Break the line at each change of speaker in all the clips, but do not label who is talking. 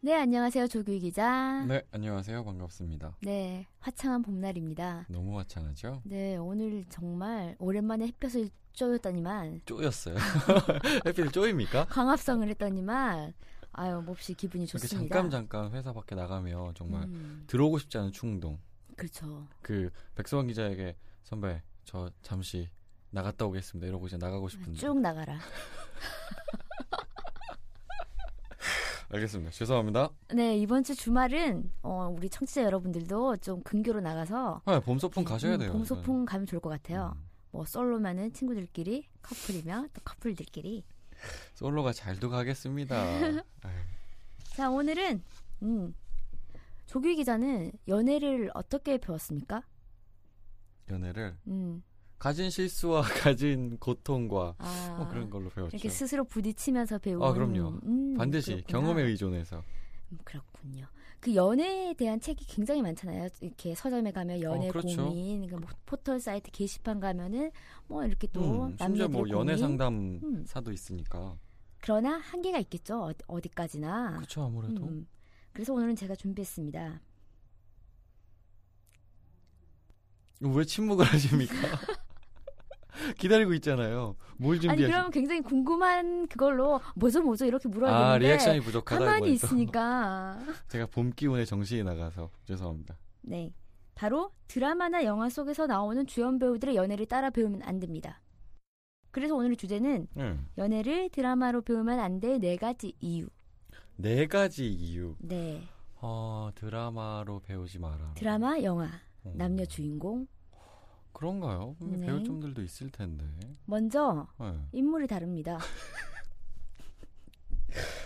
네, 안녕하세요, 조규희 기자.
네, 안녕하세요. 반갑습니다.
네, 화창한 봄날입니다.
너무 화창하죠?
네, 오늘 정말 오랜만에 햇볕을 쬐었더니만
쪼였어요. 해필 쪼입니까?
광합성을 했더니만 아유 몹시 기분이
이렇게
좋습니다.
잠깐 잠깐 회사 밖에 나가면 정말
음,
들어오고 싶지 않은 충동.
그렇죠.
그 백성원 기자에게 선배 저 잠시 나갔다 오겠습니다. 이러고 이제 나가고 싶은데.
쭉 나가라.
알겠습니다. 죄송합니다.
네, 이번 주 주말은 어, 우리 청취자 여러분들도 좀 근교로 나가서
아, 봄 소풍 가셔야
음,
돼요.
봄
이건.
소풍 가면 좋을 것 같아요.
음,
뭐 솔로면은 친구들끼리, 커플이면 또 커플들끼리.
솔로가 잘도 가겠습니다. 아유,
자, 오늘은 음. 조규 기자는 연애를 어떻게 배웠습니까?
연애를
음.
가진 실수와 가진 고통과
아.
뭐 그런 걸로 배웠죠.
이렇게 스스로 부딪히면서 배운
아, 그럼요.
음,
반드시
그렇구나.
경험에 의존해서
음, 그렇군요. 그 연애에 대한 책이 굉장히 많잖아요. 이렇게 서점에 가면 연애
어, 그렇죠.
고민, 그러니까 뭐 포털 사이트 게시판 가면은 뭐 이렇게 또
음, 심지어
남녀들의
뭐
고민.
연애
음.
상담사도 있으니까
그러나 한계가 있겠죠. 어디- 어디까지나.
그렇죠 아무래도
음. 그래서 오늘은 제가 준비했습니다.
왜 침묵을 하십니까? 기다리고 있잖아요. 뭘
아니
준비하시?
그러면 굉장히 궁금한 그걸로 뭐죠 뭐죠 이렇게 물어야
아
되는데
리액션이 부족하다
가만히
이거예요.
있으니까
제가 봄 기운에 정신이 나가서 죄송합니다.
네 바로 드라마나 영화 속에서 나오는 주연 배우들의 연애를 따라 배우면 안 됩니다. 그래서 오늘의 주제는 연애를 드라마로 배우면 안 될 네 가지 이유.
네 가지 이유.
네
어, 드라마로 배우지 마라.
드라마, 영화,
어,
남녀 주인공.
그런가요?
네.
배울 점들도 있을 텐데.
먼저
네.
인물이 다릅니다.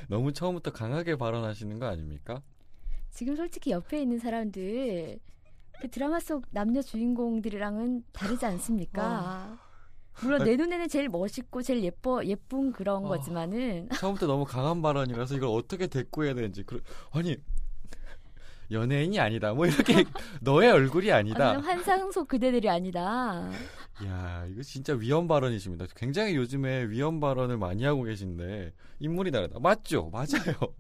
너무 처음부터 강하게 발언하시는 거 아닙니까?
지금 솔직히 옆에 있는 사람들 그 드라마 속 남녀 주인공들이랑은 다르지 않습니까? 물론 내 눈에는 제일 멋있고 제일 예뻐 예쁜 그런
어.
거지만은
처음부터 너무 강한 발언이라서 이걸 어떻게 대꾸해야 되는지. 그러... 아니 연예인이 아니다. 뭐 이렇게 너의 얼굴이 아니다.
나는 환상 속 그대들이 아니다.
야, 이거 진짜 위험 발언이십니다. 굉장히 요즘에 위험 발언을 많이 하고 계신데 인물이 다르다. 맞죠? 맞아요.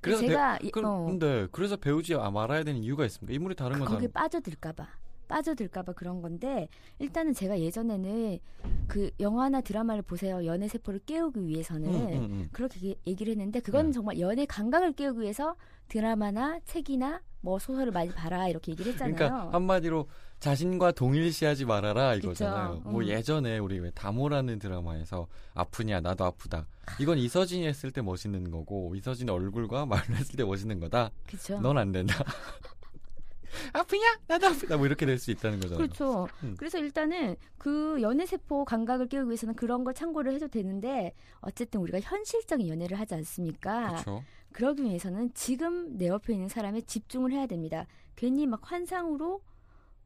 그래서
제가
배,
이-
그럼
어,
근데 그래서 배우지 말아야 되는 이유가 있습니까? 인물이 다른 거잖아요.
거기에 빠져들까봐 빠져들까봐 그런 건데 일단은 제가 예전에는 그 영화나 드라마를 보세요 연애 세포를 깨우기 위해서는
응, 응, 응.
그렇게 얘기- 얘기를 했는데 그건
네.
정말 연애 감각을 깨우기 위해서 드라마나 책이나 뭐 소설을 많이 봐라 이렇게 얘기를 했잖아요.
그러니까 한마디로 자신과 동일시하지 말아라 이거잖아요.
그쵸.
뭐
음.
예전에 우리 왜 다모라는 드라마에서 아프냐 나도 아프다. 이건 이서진이 했을 때 멋있는 거고 이서진 얼굴과 말로 했을 때 멋있는 거다.
그렇죠.
넌 안 된다. 아프냐 나도 아프다. 뭐 이렇게 될 수 있다는 거잖아요.
그렇죠.
음.
그래서 일단은 그 연애 세포 감각을 깨우기 위해서는 그런 걸 참고를 해도 되는데 어쨌든 우리가 현실적인 연애를 하지 않습니까?
그렇죠.
그러기 위해서는 지금 내 옆에 있는 사람에 집중을 해야 됩니다. 괜히 막 환상으로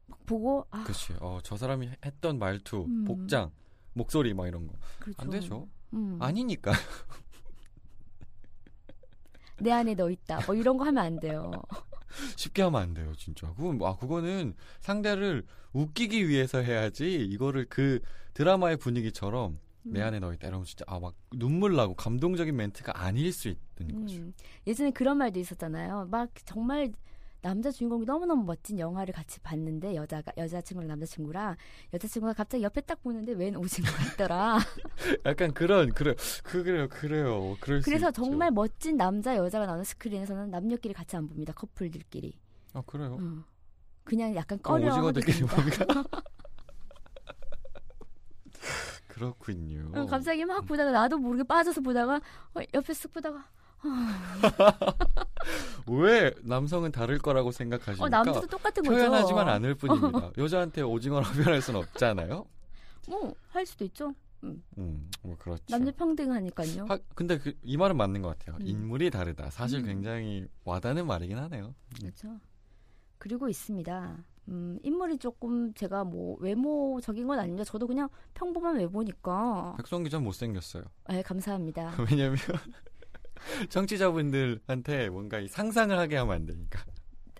막 보고 아
그치. 어, 저 사람이 했던 말투,
음.
복장, 목소리 막 이런 거.
그렇죠.
안 되죠.
음.
아니니까.
내 안에 너 있다. 뭐 이런 거 하면 안 돼요.
쉽게 하면 안 돼요, 진짜. 그건, 아, 그거는 상대를 웃기기 위해서 해야지, 이거를 그 드라마의 분위기처럼 내
음.
안에 너 있다. 이러면 진짜, 아, 막 눈물 나고 감동적인 멘트가 아닐 수 있는 거죠.
음. 예전에 그런 말도 있었잖아요. 막 정말 남자 주인공이 너무너무 멋진 영화를 같이 봤는데 여자가 여자친구랑 남자친구랑 여자친구가 갑자기 옆에 딱 보는데 웬 오징어가 있더라.
약간 그런, 그래, 그, 그래요, 그래요. 그럴 수
그래서
있죠.
정말 멋진 남자 여자가 나오는 스크린에서는 남녀끼리 같이 안 봅니다. 커플들끼리.
아, 그래요.
음. 그냥 약간
그럼
꺼려.
오징어들끼리
하게 됩니다.
뭔가. 그렇군요.
음, 갑자기 막 보다가 나도 모르게 빠져서 보다가 어, 옆에 쓱 보다가
왜 남성은 다를 거라고 생각하십니까?
어 남자도 똑같은 거죠.
그러니까 표현하지만 않을 뿐입니다. 여자한테 오징어라고 표현할 수는 없잖아요.
어, 뭐할 수도 있죠.
음, 뭐 그렇죠.
남녀 평등하니까요.
하- 근데 그, 이 말은 맞는 것 같아요.
음.
인물이 다르다. 사실
음.
굉장히 와닿는 말이긴 하네요.
그렇죠. 그리고 있습니다. 음, 인물이 조금 제가 뭐 외모적인 건 아닙니다. 저도 그냥 평범한 외모니까.
백성 기자 못생겼어요.
예, 감사합니다.
왜냐면 청취자분들한테 뭔가 이 상상을 하게 하면 안 되니까.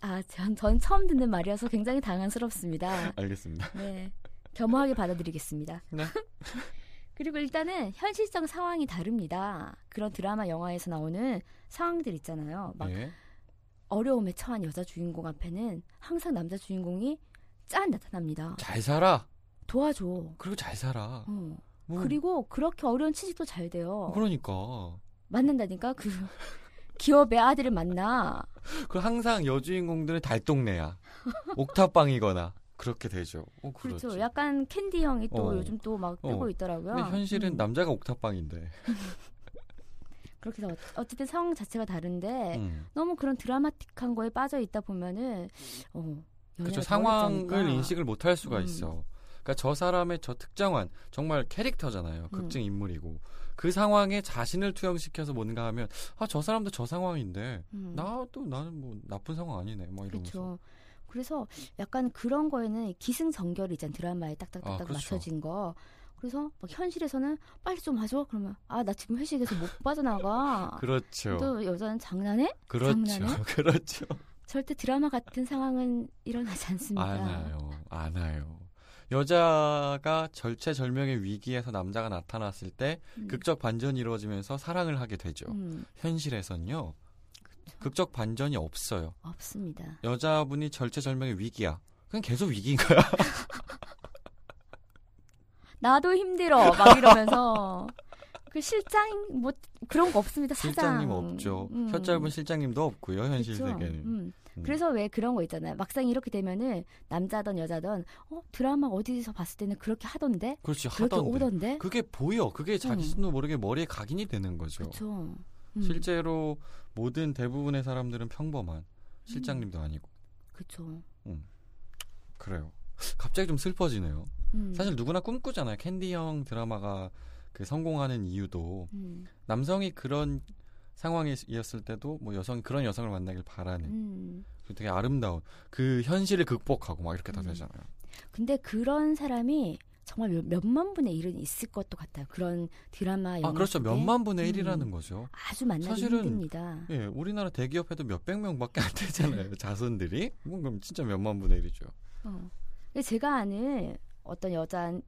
아, 전, 전 처음 듣는 말이어서 굉장히 당황스럽습니다.
알겠습니다.
네. 겸허하게 받아들이겠습니다.
네.
그리고 일단은 현실적 상황이 다릅니다. 그런 드라마, 영화에서 나오는 상황들 있잖아요. 막
네.
어려움에 처한 여자 주인공 앞에는 항상 남자 주인공이 짠 나타납니다.
잘 살아.
도와줘.
그리고 잘 살아.
어.
뭐,
그리고 그렇게 어려운 취직도 잘 돼요.
그러니까.
만난다니까 그 기업의 아들을 만나.
그 항상 여주인공들은 달동네야. 옥탑방이거나 그렇게 되죠. 어, 그렇죠.
그렇죠. 약간 캔디 형이 또
어.
요즘 또 막 뜨고
어.
있더라고요.
근데 현실은
음.
남자가 옥탑방인데.
그렇게 해서 어- 어쨌든 상황 자체가 다른데
음.
너무 그런 드라마틱한 거에 빠져 있다 보면은 어 연애가
그렇죠.
더
상황을
어렵다니까.
인식을 못 할 수가
음.
있어. 그러니까 저 사람의 저 특정한 정말 캐릭터잖아요. 극중
음.
인물이고 그 상황에 자신을 투영시켜서 뭔가 하면 아 저 사람도 저 상황인데
음.
나도 나는 뭐 나쁜 상황 아니네. 뭐 이러면서.
그렇죠. 그래서 약간 그런 거에는 기승전결이 있잖아 드라마에 딱딱딱딱
아, 그렇죠.
맞춰진 거. 그래서 막 현실에서는 빨리 좀 와줘. 그러면 아 나 지금 회식에서 못 빠져나가.
그렇죠.
또 여자는 장난해? 장난해?
그렇죠. 그렇죠.
절대 드라마 같은 상황은 일어나지 않습니다.
안 와요. 안 와요. 여자가 절체절명의 위기에서 남자가 나타났을 때
음.
극적 반전이 이루어지면서 사랑을 하게 되죠.
음,
현실에선요. 극적 반전이 없어요.
없습니다.
여자분이 절체절명의 위기야. 그냥 계속 위기인 거야.
나도 힘들어 막 이러면서 그 실장 뭐 그런 거 없습니다. 사장
실장님 없죠.
음.
혀 짧은 실장님도 없고요. 현실
그쵸?
세계는.
음.
음.
그래서 왜 그런 거 있잖아요. 막상 이렇게 되면은 남자든 여자든 어 드라마 어디서 봤을 때는 그렇게 하던데
그렇지
그렇게
하던데.
오던데.
그게 보여. 그게 자기
음.
스스로 모르게 머리에 각인이 되는 거죠.
그렇죠. 음.
실제로 모든 대부분의 사람들은 평범한 실장님도 아니고
음. 그렇죠.
그래요. 갑자기 좀 슬퍼지네요.
음.
사실 누구나 꿈꾸잖아요. 캔디 형 드라마가 그 성공하는 이유도
음.
남성이 그런 상황이었을 때도 뭐 여성 그런 여성을 만나길 바라는
음.
그리고 되게 아름다운 그 현실을 극복하고 막 이렇게 다
음.
되잖아요.
근데 그런 사람이 정말 몇, 몇만 분의 일은 있을 것도 같아요. 그런 드라마 영화
아 그렇죠.
속에
몇만 분의
음.
일이라는 거죠.
아주 만나기
사실은
힘듭니다.
예, 우리나라 대기업에도 몇백 명밖에 안 되잖아요. 자손들이 뭐 그럼 진짜 몇만 분의 일이죠.
어. 근데 제가 아는 어떤 여자는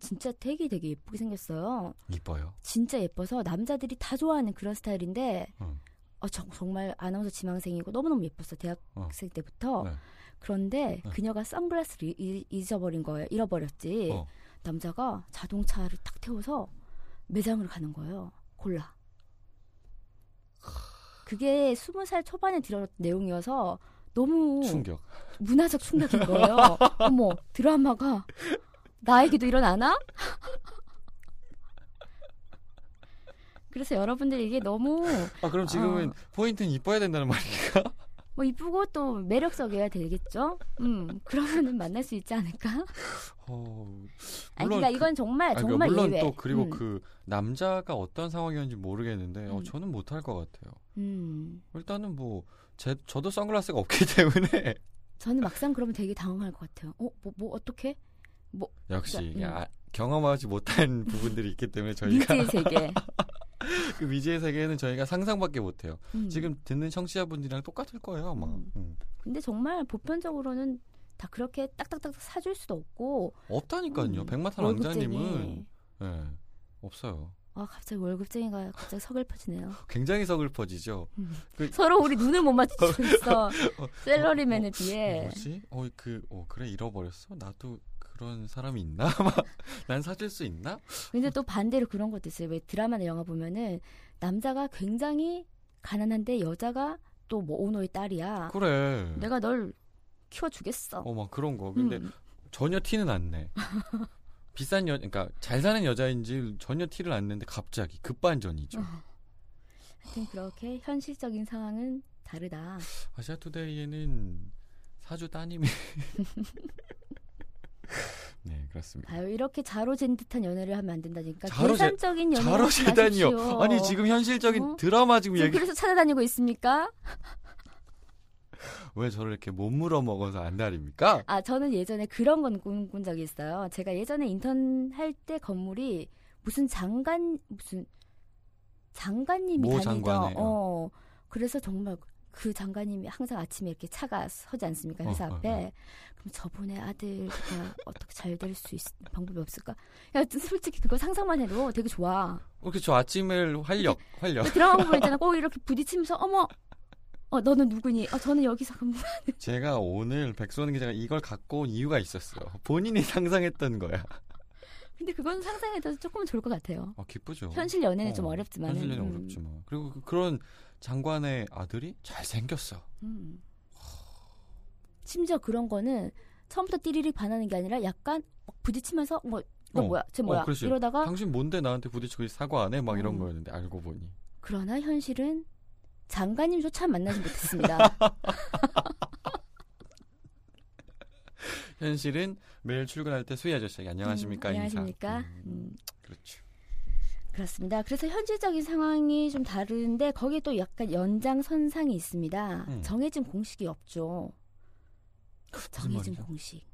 진짜 되게 되게 예쁘게 생겼어요.
이뻐요.
진짜 예뻐서 남자들이 다 좋아하는 그런 스타일인데
음.
어, 저- 정말 아나운서 지망생이고 너무너무 예뻤어 대학생 때부터
네.
그런데
네.
그녀가 선글라스를 이- 잊어버린 거예요 잃어버렸지
어.
남자가 자동차를 탁 태워서 매장으로 가는 거예요 골라 그게 스무 살 초반에 들었던 내용이어서 너무
충격.
문화적 충격인 거예요 어머 드라마가 나에게도 일어나나? 그래서 여러분들 이게 너무
아 그럼 지금은
아.
포인트는 이뻐야 된다는 말인가?
뭐 이쁘고 또 매력적이어야 되겠죠. 음, 그러면은 만날 수 있지 않을까?
어,
아니,
물론
그러니까
그-
이건 정말
아니,
정말
물론
예외.
또 그리고
음,
그 남자가 어떤 상황이었는지 모르겠는데 어,
음.
저는 못할 것 같아요.
음,
일단은 뭐 제, 저도 선글라스가 없기 때문에
저는 막상 그러면 되게 당황할 것 같아요. 어, 뭐, 뭐 어떻게?
역시
음.
이게 아- 경험하지 못한 부분들이 있기 때문에 저희가
미지의 세계.
그 미지의 세계는 저희가 상상밖에 못해요.
음.
지금 듣는 청취자분들이랑 똑같을 거예요 아마.
음.
음.
근데 정말 보편적으로는 다 그렇게 딱딱딱 사줄 수도 없고
없다니까요.
음.
백마탄 왕자님은
월급쟁이.
예, 없어요.
아 갑자기 월급쟁이가 갑자기 서글퍼지네요.
굉장히 서글퍼지죠.
서로 우리 눈을 못 마주치고 있어. 셀러리맨에 비해.
뭐지? 어, 그, 어, 그래, 잃어버렸어? 나도 그런 사람이 있나? 막, 난 사줄 수 있나?
근데 또 반대로 그런 것도 있어요. 왜 드라마나 영화 보면은 남자가 굉장히 가난한데 여자가 또 뭐 오너의 딸이야.
그래.
내가 널 키워주겠어.
어, 막 그런 거. 근데
음,
전혀 티는 안 내. 비싼 여, 그러니까 잘 사는 여자인지 전혀 티를 안 내는데 갑자기 급반전이죠.
어. 하여튼 그렇게 현실적인 상황은 다르다.
아시아투데이에는 사주 따님이. 네, 그렇습니다.
아유 이렇게 자로잰 듯한 연애를 하면 안 된다니까.
자로잰-
계산적인 연애.
자로 재단이요. 아니, 지금 현실적인
어?
드라마 지금 얘기.
그래서 찾아다니고 있습니까?
왜 저를 이렇게 못 물어 먹어서 안달입니까?
아, 저는 예전에 그런 건 꿈꾼 적이 있어요. 제가 예전에 인턴 할 때 건물이 무슨 장관 무슨 장관님이
모
다니던
장관의,
어. 그래서 정말 그 장관님이 항상 아침에 이렇게 차가 서지 않습니까? 회사
어, 어,
앞에.
어.
그럼 저분의 아들 제가 어떻게 잘 될 수 있 방법이 없을까? 야, 솔직히 그거 상상만 해도 되게 좋아.
어, 그렇죠. 아침을 활력, 활력.
그 드라마 보면 있잖아. 꼭 이렇게 부딪히면서 어머. 어, 너는 누구니? 어, 저는 여기서 근무.
제가 오늘 백수원 기자가 이걸 갖고 온 이유가 있었어요. 본인이 상상했던 거야.
근데 그건 상상해도 조금은 좋을 것 같아요.
아, 기쁘죠.
현실 연애는 좀 음.
어,
어렵지만
현실 연애 어렵지만. 그리고 그- 그런 장관의 아들이 잘생겼어.
음. 심지어 그런 거는 처음부터 띠리릭 반하는 게 아니라 약간 막 부딪히면서 뭐, 너
어,
뭐야, 쟤
어,
뭐야
그렇지.
이러다가
당신 뭔데 나한테 부딪히고 사과 안 해? 막 이런
음.
거였는데 알고 보니.
그러나 현실은 장관님조차 만나지 못했습니다.
현실은 매일 출근할 때 수희 아저씨 안녕하십니까?
음,
인사.
안녕하십니까?
음,
음,
그렇죠.
그렇습니다. 그래서 현실적인 상황이 좀 다른데 거기에 또 약간 연장선상이 있습니다.
음.
정해진 공식이 없죠. 정해진
말이죠?
공식.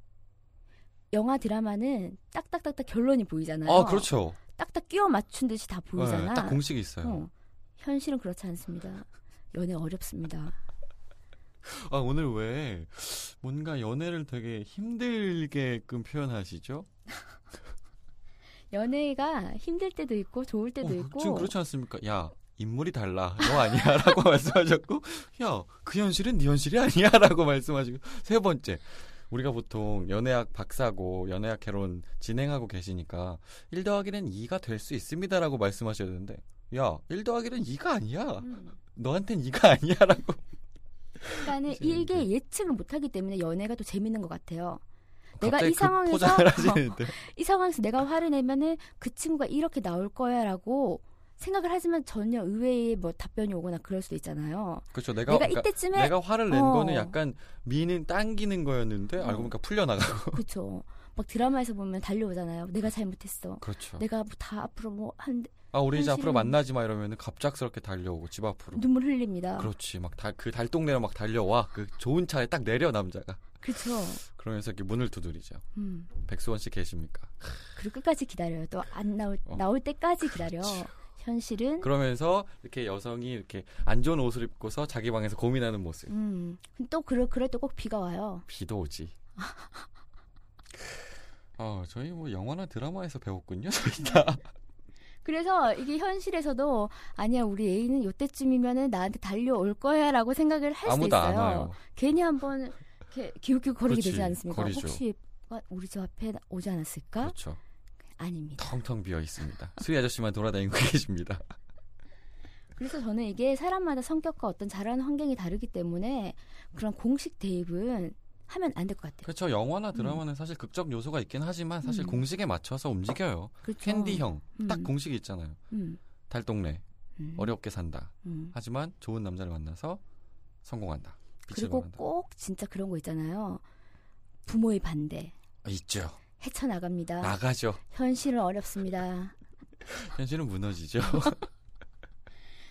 영화 드라마는 딱딱딱딱 결론이 보이잖아요.
아, 그렇죠.
딱딱 끼워 맞춘 듯이 다 보이잖아.
네, 딱 공식이 있어요.
어, 현실은 그렇지 않습니다. 연애 어렵습니다.
아, 오늘 왜 뭔가 연애를 되게 힘들게끔 표현하시죠? 어,
연애가 힘들 때도 있고 좋을 때도
어,
있고
지금 그렇지 않습니까? 야, 인물이 달라. 너 아니야. 라고 말씀하셨고, 야, 그 현실은 네 현실이 아니야. 라고 말씀하시고, 세 번째. 우리가 보통 연애학 박사고 연애학 개론 진행하고 계시니까 1 더하기는 2가 될 수 있습니다. 라고 말씀하셔야 되는데, 야, 1 더하기는 2가 아니야.
음.
너한텐 2가 아니야. 라고.
그러니까는
이제
이게
이제.
예측을 못하기 때문에 연애가 또 재밌는 것 같아요. 내가
갑자기 그
이 상황에서- 어.
포장을 하시는데.
이 상황에서 내가 화를 내면은 그 친구가 이렇게 나올 거야라고 생각을 하지만 전혀 의외의 뭐 답변이 오거나 그럴 수도 있잖아요.
그렇죠.
내가,
내가, 그러니까
이때쯤에
내가 화를 낸
어.
거는 약간 미는 당기는 거였는데
어.
알고 보니까 풀려나가고
그렇죠. 막 드라마에서 보면 달려오잖아요. 내가 잘못했어.
그렇죠.
내가 뭐다 앞으로 뭐한
아 우리 이제 앞으로
현실은-
만나지 마 이러면 갑작스럽게 달려오고 집 앞으로.
눈물 흘립니다.
그렇지 막 달 그 달동네로 막 달려와 그 좋은 차에 딱 내려 남자가
그렇죠.
그러면서 이렇게 문을 두드리죠.
음.
백수원 씨 계십니까?
그리고 끝까지 기다려요. 또 안 나올
어. 그렇죠.
나올 때까지 기다려. 현실은
그러면서 이렇게 여성이 이렇게 안 좋은 옷을 입고서 자기 방에서 고민하는 모습.
음. 근데 또 그럴 그럴 때 꼭 비가 와요.
비도 오지. 어 저희 뭐 영화나 드라마에서 배웠군요. 저희 다.
그래서 이게 현실에서도 아니야 우리 애인은 요때쯤이면은 나한테 달려올 거야라고 생각을 할 수
아무도
있어요.
안 와요.
괜히 한번 이렇게 기웃기웃 거리게
그렇지,
되지 않습니까?
거리죠.
혹시 아, 우리 집 앞에 오지 않았을까?
그렇죠.
아닙니다.
텅텅 비어 있습니다. 수희 아저씨만 돌아다니고 계십니다.
그래서 저는 이게 사람마다 성격과 어떤 자라는 환경이 다르기 때문에 그런 공식 대입은 하면 안 될 것 같아요.
그렇죠. 영화나 드라마는 사실 극적 요소가 있긴 하지만 사실
음.
공식에 맞춰서 움직여요.
그렇죠.
캔디형 딱
음.
공식이 있잖아요.
음.
달동네
음.
어렵게 산다.
음.
하지만 좋은 남자를 만나서 성공한다. 빛을
그리고
발한다.
꼭 진짜 그런 거 있잖아요. 부모의 반대
아, 있죠.
헤쳐나갑니다.
나가죠.
현실은 어렵습니다.
현실은 무너지죠.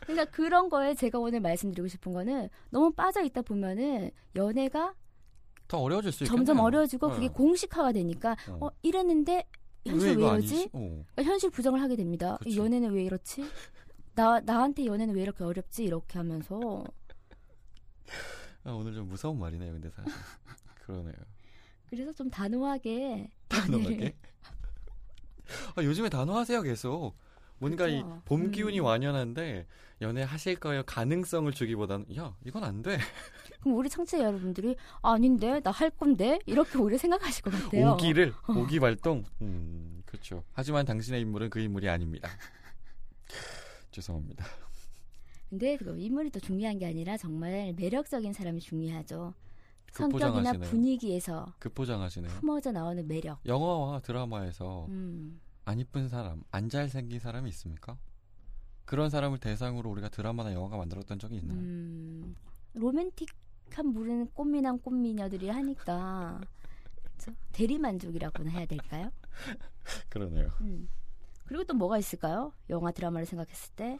그러니까 그런 거에 제가 오늘 말씀드리고 싶은 거는 너무 빠져 있다 보면은 연애가
더 어려워질 수 있겠네요.
점점 어려워지고 그게
어.
공식화가 되니까
어.
어 이랬는데
왜
현실 왜
이거
이러지?
아니지? 어.
그러니까 현실 부정을 하게 됩니다. 이
그쵸.
연애는 왜 이렇지? 나 나한테 연애는 왜 이렇게 어렵지? 이렇게 하면서
아, 오늘 좀 무서운 말이네요. 근데 사실 그러네요.
그래서 좀 단호하게
단호하게. 아, 요즘에 단호하세요 계속. 뭔가
그죠.
이 봄
음.
기운이 완연한데 연애 하실 거예요 가능성을 주기보다는 야 이건 안 돼.
그럼 우리 청취자 여러분들이 아닌데 나 할 건데 이렇게 오히려 생각하실 것 같아요. 어.
오기를 오기 발동. 음 그렇죠. 하지만 당신의 인물은 그 인물이 아닙니다. 죄송합니다.
근데 그 인물이 또 중요한 게 아니라 정말 매력적인 사람이 중요하죠. 성격이나
급포장하시네요.
분위기에서
그 급포장하시네요. 어.
품어져 나오는 매력.
영화와 드라마에서
음.
안 이쁜 사람, 안 잘생긴 사람이 있습니까? 그런 사람을 대상으로 우리가 드라마나 영화가 만들었던 적이 있나요?
음. 로맨틱한 물은 꽃미남 꽃미녀들이 하니까 그쵸? 대리만족이라고나 해야 될까요?
그러네요.
음. 그리고 또 뭐가 있을까요? 영화 드라마를 생각했을 때.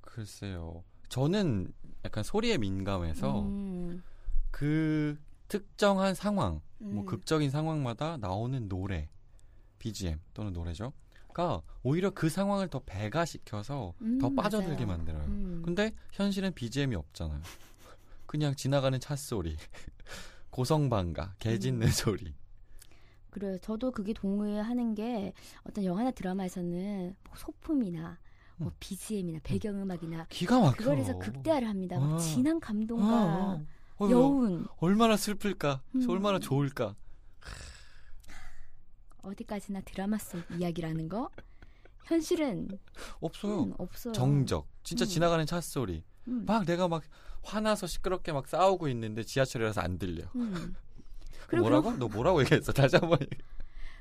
글쎄요. 저는 약간 소리에 민감해서
음.
그 특정한 상황, 뭐
음.
극적인 상황마다 나오는 노래, BGM 또는 노래죠.가 오히려 그 상황을 더 배가시켜서 더
음,
빠져들게
맞아요.
만들어요.
음.
근데 현실은 BGM이 없잖아요. 그냥 지나가는 차 소리, 고성방가, 개 짖는
음.
소리.
그래요. 저도 그게 동의하는 게 어떤 영화나 드라마에서는 뭐 소품이나 뭐
음.
BGM이나 배경음악이나
기가 막혀.
그걸 해서 극대화를 합니다. 막
아.
진한
아,
감동과
아. 어,
여운
얼마나 슬플까,
음.
얼마나 좋을까.
어디까지나 드라마 속 이야기라는 거 현실은
없어요.
음, 없어요.
정적. 아. 진짜
음.
지나가는 차 소리.
음.
막 내가 막 화나서 시끄럽게 막 싸우고 있는데 지하철이라서 안 들려.
음. 그리고
뭐라고? 너 뭐라고 얘기했어? 다시 한번 얘기해.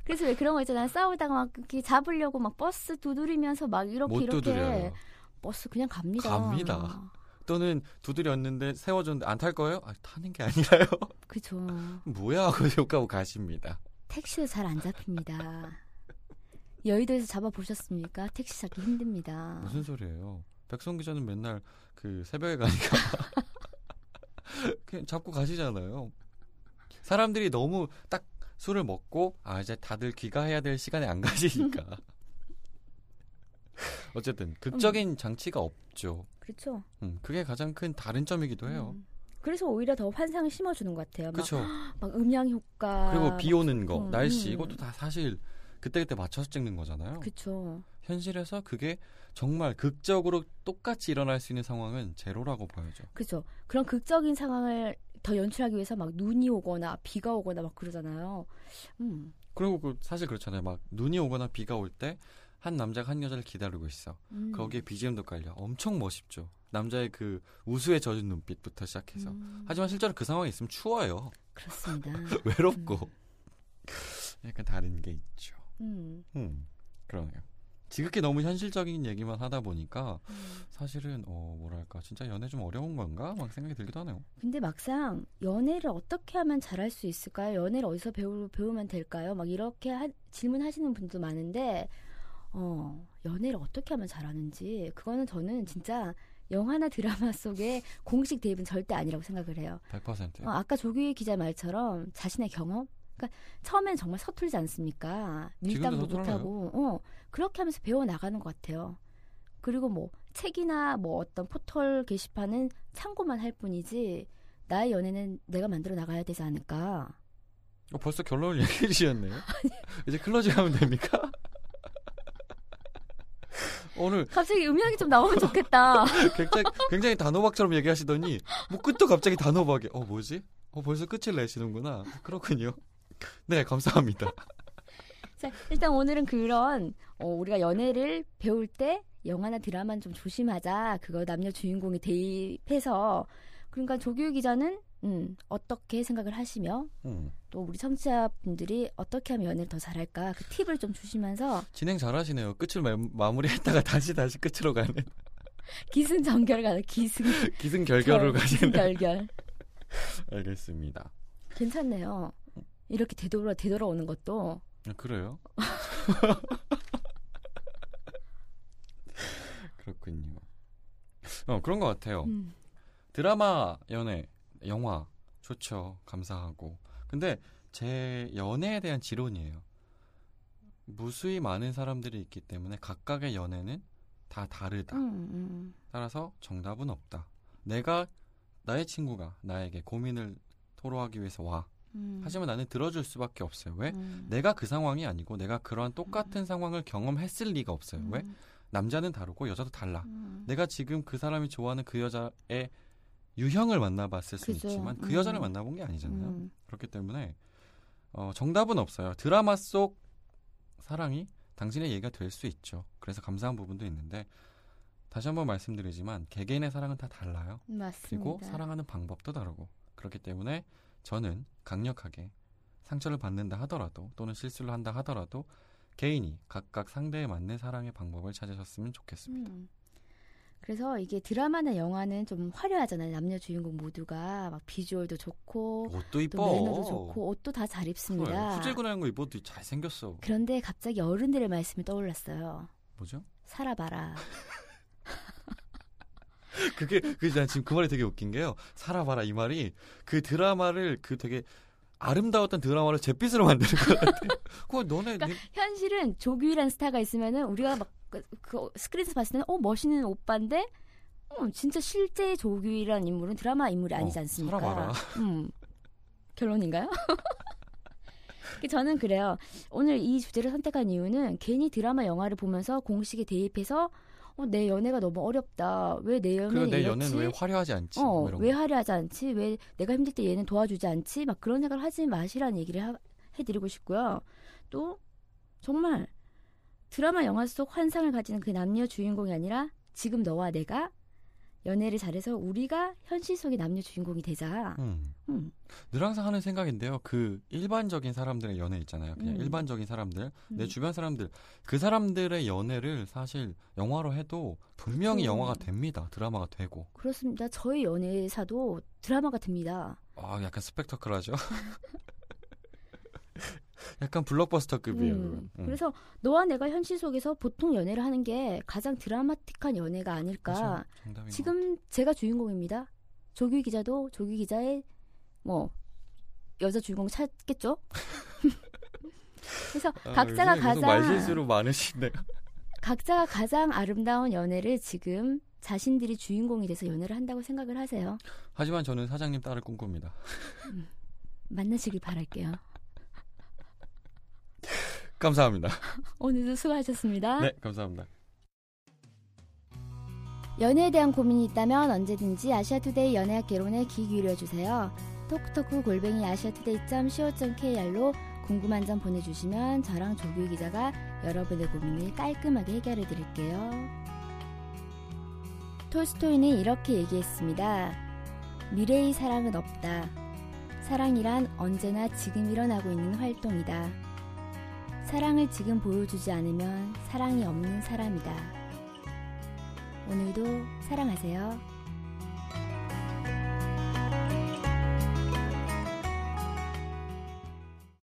그래서 왜 그런 거 있잖아. 싸우다가 막 이렇게 잡으려고 막 버스 두드리면서 막 이렇게
못
이렇게
두드려요.
버스 그냥 갑니다.
갑니다. 또는 두드렸는데 세워줬는데 안 탈 거예요? 아, 타는 게 아니라요.
그죠.
뭐야 하고 욕하고 가십니다.
택시도 잘 안 잡힙니다. 여의도에서 잡아보셨습니까? 택시 잡기 힘듭니다.
무슨 소리예요? 백성 기자는 맨날 그 새벽에 가니까 그냥 잡고 가시잖아요. 사람들이 너무 딱 술을 먹고 아 이제 다들 귀가해야 될 시간에 안 가시니까. 어쨌든 극적인 장치가 없죠.
그렇죠.
음, 그게 가장 큰 다른 점이기도 해요.
음.
그래서 오히려 더 환상을 심어주는 것 같아요. 막,
그렇죠.
막 음향
아,
효과.
그리고 비 오는 거,
음.
날씨 이것도 다 사실 그때그때 맞춰서 찍는 거잖아요.
그쵸.
현실에서 그게 정말 극적으로 똑같이 일어날 수 있는 상황은 제로라고 보여져.
그렇죠. 그런 극적인 상황을 더 연출하기 위해서 막 눈이 오거나 비가 오거나 막 그러잖아요.
음.
그리고 그 사실 그렇잖아요. 막 눈이 오거나 비가 올 때 한 남자가 한 여자를 기다리고 있어.
음.
거기에 BGM도 깔려. 엄청 멋있죠. 남자의 그 우수에 젖은 눈빛부터 시작해서.
음.
하지만 실제로 그 상황이 있으면 추워요.
그렇습니다.
외롭고. 약간 다른 게 있죠.
음.
음, 그러네요. 지극히 너무 현실적인 얘기만 하다 보니까
음.
사실은 어 뭐랄까 진짜 연애 좀 어려운 건가 막 생각이 들기도 하네요.
근데 막상 연애를 어떻게 하면 잘할 수 있을까요? 연애를 어디서 배우, 배우면 될까요? 막 이렇게 하- 질문하시는 분도 많은데, 어, 연애를 어떻게 하면 잘하는지, 그거는 저는 진짜 영화나 드라마 속의 공식 대입은 절대 아니라고 생각을 해요.
100%.
어, 아까 조규희 기자 말처럼 자신의 경험? 그러니까 처음엔 정말 서툴지 않습니까?
지금도
밀당도
서툴어요.
못하고, 어, 그렇게 하면서 배워나가는 것 같아요. 그리고 뭐 책이나 뭐 어떤 포털 게시판은 참고만 할 뿐이지 나의 연애는 내가 만들어 나가야 되지 않을까.
어, 벌써 결론을 얘기해 주셨네요. 이제 클로징하면 됩니까? 오늘
갑자기 음향이 좀 나오면 좋겠다.
굉장히, 굉장히 단호박처럼 얘기하시더니 뭐 끝도 갑자기 단호박에 어 뭐지? 어 벌써 끝을 내시는구나. 그렇군요. 네 감사합니다.
자, 일단 오늘은 그런 어, 우리가 연애를 배울 때 영화나 드라마는 좀 조심하자. 그거 남녀 주인공이 대입해서 그러니까 조규 기자는 음, 어떻게 생각을 하시며
음,
또 우리 청취자분들이 어떻게 하면 연애를 더 잘할까 그 팁을 좀 주시면서
진행 잘하시네요. 끝을 마, 마무리했다가 다시 다시 끝으로 가는
기승전결 가는 기승
기승결결로 가시는.
결결
알겠습니다.
괜찮네요. 이렇게 되돌아 되돌아오는 것도
아, 그래요? 그렇군요. 어, 그런 것 같아요.
음,
드라마, 연애, 영화, 좋죠. 감사하고. 근데 제 연애에 대한 지론이에요. 무수히 많은 사람들이 있기 때문에 각각의 연애는 다 다르다.
음, 음.
따라서 정답은 없다. 내가, 나의 친구가 나에게 고민을 토로하기 위해서 와.
음.
하지만 나는 들어줄 수밖에 없어요. 왜?
음.
내가 그 상황이 아니고 내가 그러한 똑같은 상황을 경험했을 리가 없어요. 왜?
음,
남자는 다르고 여자도 달라.
음.
내가 지금 그 사람이 좋아하는 그 여자의 유형을 만나봤을 수
그죠.
있지만 그
음.
여자를 만나본 게 아니잖아요.
음.
그렇기 때문에 어, 정답은 없어요. 드라마 속 사랑이 당신의 얘기가 될 수 있죠. 그래서 감사한 부분도 있는데 다시 한번 말씀드리지만 개개인의 사랑은 다 달라요.
음. 맞습니다.
그리고 사랑하는 방법도 다르고 그렇기 때문에 저는 강력하게 상처를 받는다 하더라도 또는 실수를 한다 하더라도 개인이 각각 상대에 맞는 사랑의 방법을 찾으셨으면 좋겠습니다.
음. 그래서 이게 드라마나 영화는 좀 화려하잖아요. 남녀 주인공 모두가 막 비주얼도 좋고 또
옷도
매너도 좋고 옷도 다 잘 입습니다.
후질근하는 거 입어도 잘 생겼어.
그런데 갑자기 어른들의 말씀이 떠올랐어요.
뭐죠?
살아봐라.
그게 그난 지금 그 말이 되게 웃긴 게요. 살아봐라 이 말이 그 드라마를 그 되게 아름다웠던 드라마를 잿빛으로 만드는 것 같아요. 그러니까 그거 너네 내-
현실은 조규이라는 스타가 있으면은 우리가 막 그 스크린에서 봤을 때는 어 멋있는 오빠인데 음, 진짜 실제 조규이라는 인물은 드라마 인물이 아니지
어,
않습니까?
살아봐라.
음. 결론인가요? 그 저는 그래요. 오늘 이 주제를 선택한 이유는 괜히 드라마 영화를 보면서 공식에 대입해서 어, 내 연애가 너무 어렵다. 왜 내
그리고
연애는
내
이렇지?
연애는 왜 화려하지 않지?
어,
뭐 이런
왜
거.
화려하지 않지? 왜 내가 힘들 때 얘는 도와주지 않지? 막 그런 생각을 하지 마시라는 얘기를 하- 해드리고 싶고요. 또 정말 드라마 영화 속 환상을 가지는 그 남녀 주인공이 아니라 지금 너와 내가 연애를 잘해서 우리가 현실 속의 남녀 주인공이 되자.
음.
음.
늘 항상 하는 생각인데요. 그 일반적인 사람들의 연애 있잖아요. 그냥
음.
일반적인 사람들, 내
음.
주변 사람들, 그 사람들의 연애를 사실 영화로 해도 분명히
그쵸.
영화가 됩니다. 드라마가 되고.
그렇습니다. 저희 연애사도 드라마가 됩니다.
아, 약간 스펙터클하죠? 약간 블록버스터급이에요.
음.
그건. 음.
그래서 너와 내가 현실 속에서 보통 연애를 하는 게 가장 드라마틱한 연애가 아닐까.
그렇죠. 정답인 것
그러니까 지금 제가 주인공입니다. 조규 기자도 조규 기자의 뭐 여자 주인공 찾겠죠? 그래서
아,
각자가
요즘에 계속
가장
말실수로 많으시네요.
각자가 가장 아름다운 연애를 지금 자신들이 주인공이 돼서 연애를 한다고 생각을 하세요.
하지만 저는 사장님 딸을 꿈꿉니다.
만나시길 바랄게요.
감사합니다.
오늘도 수고하셨습니다.
네, 감사합니다.
연애에 대한 고민이 있다면 언제든지 아시아투데이 연애학 개론에 귀 기울여 주세요. 톡톡후 골뱅이 아시아투데이.co.kr로 궁금한 점 보내주시면 저랑 조규 기자가 여러분의 고민을 깔끔하게 해결해 드릴게요. 톨스토이는 이렇게 얘기했습니다. 미래의 사랑은 없다. 사랑이란 언제나 지금 일어나고 있는 활동이다. 사랑을 지금 보여주지 않으면 사랑이 없는 사람이다. 오늘도 사랑하세요.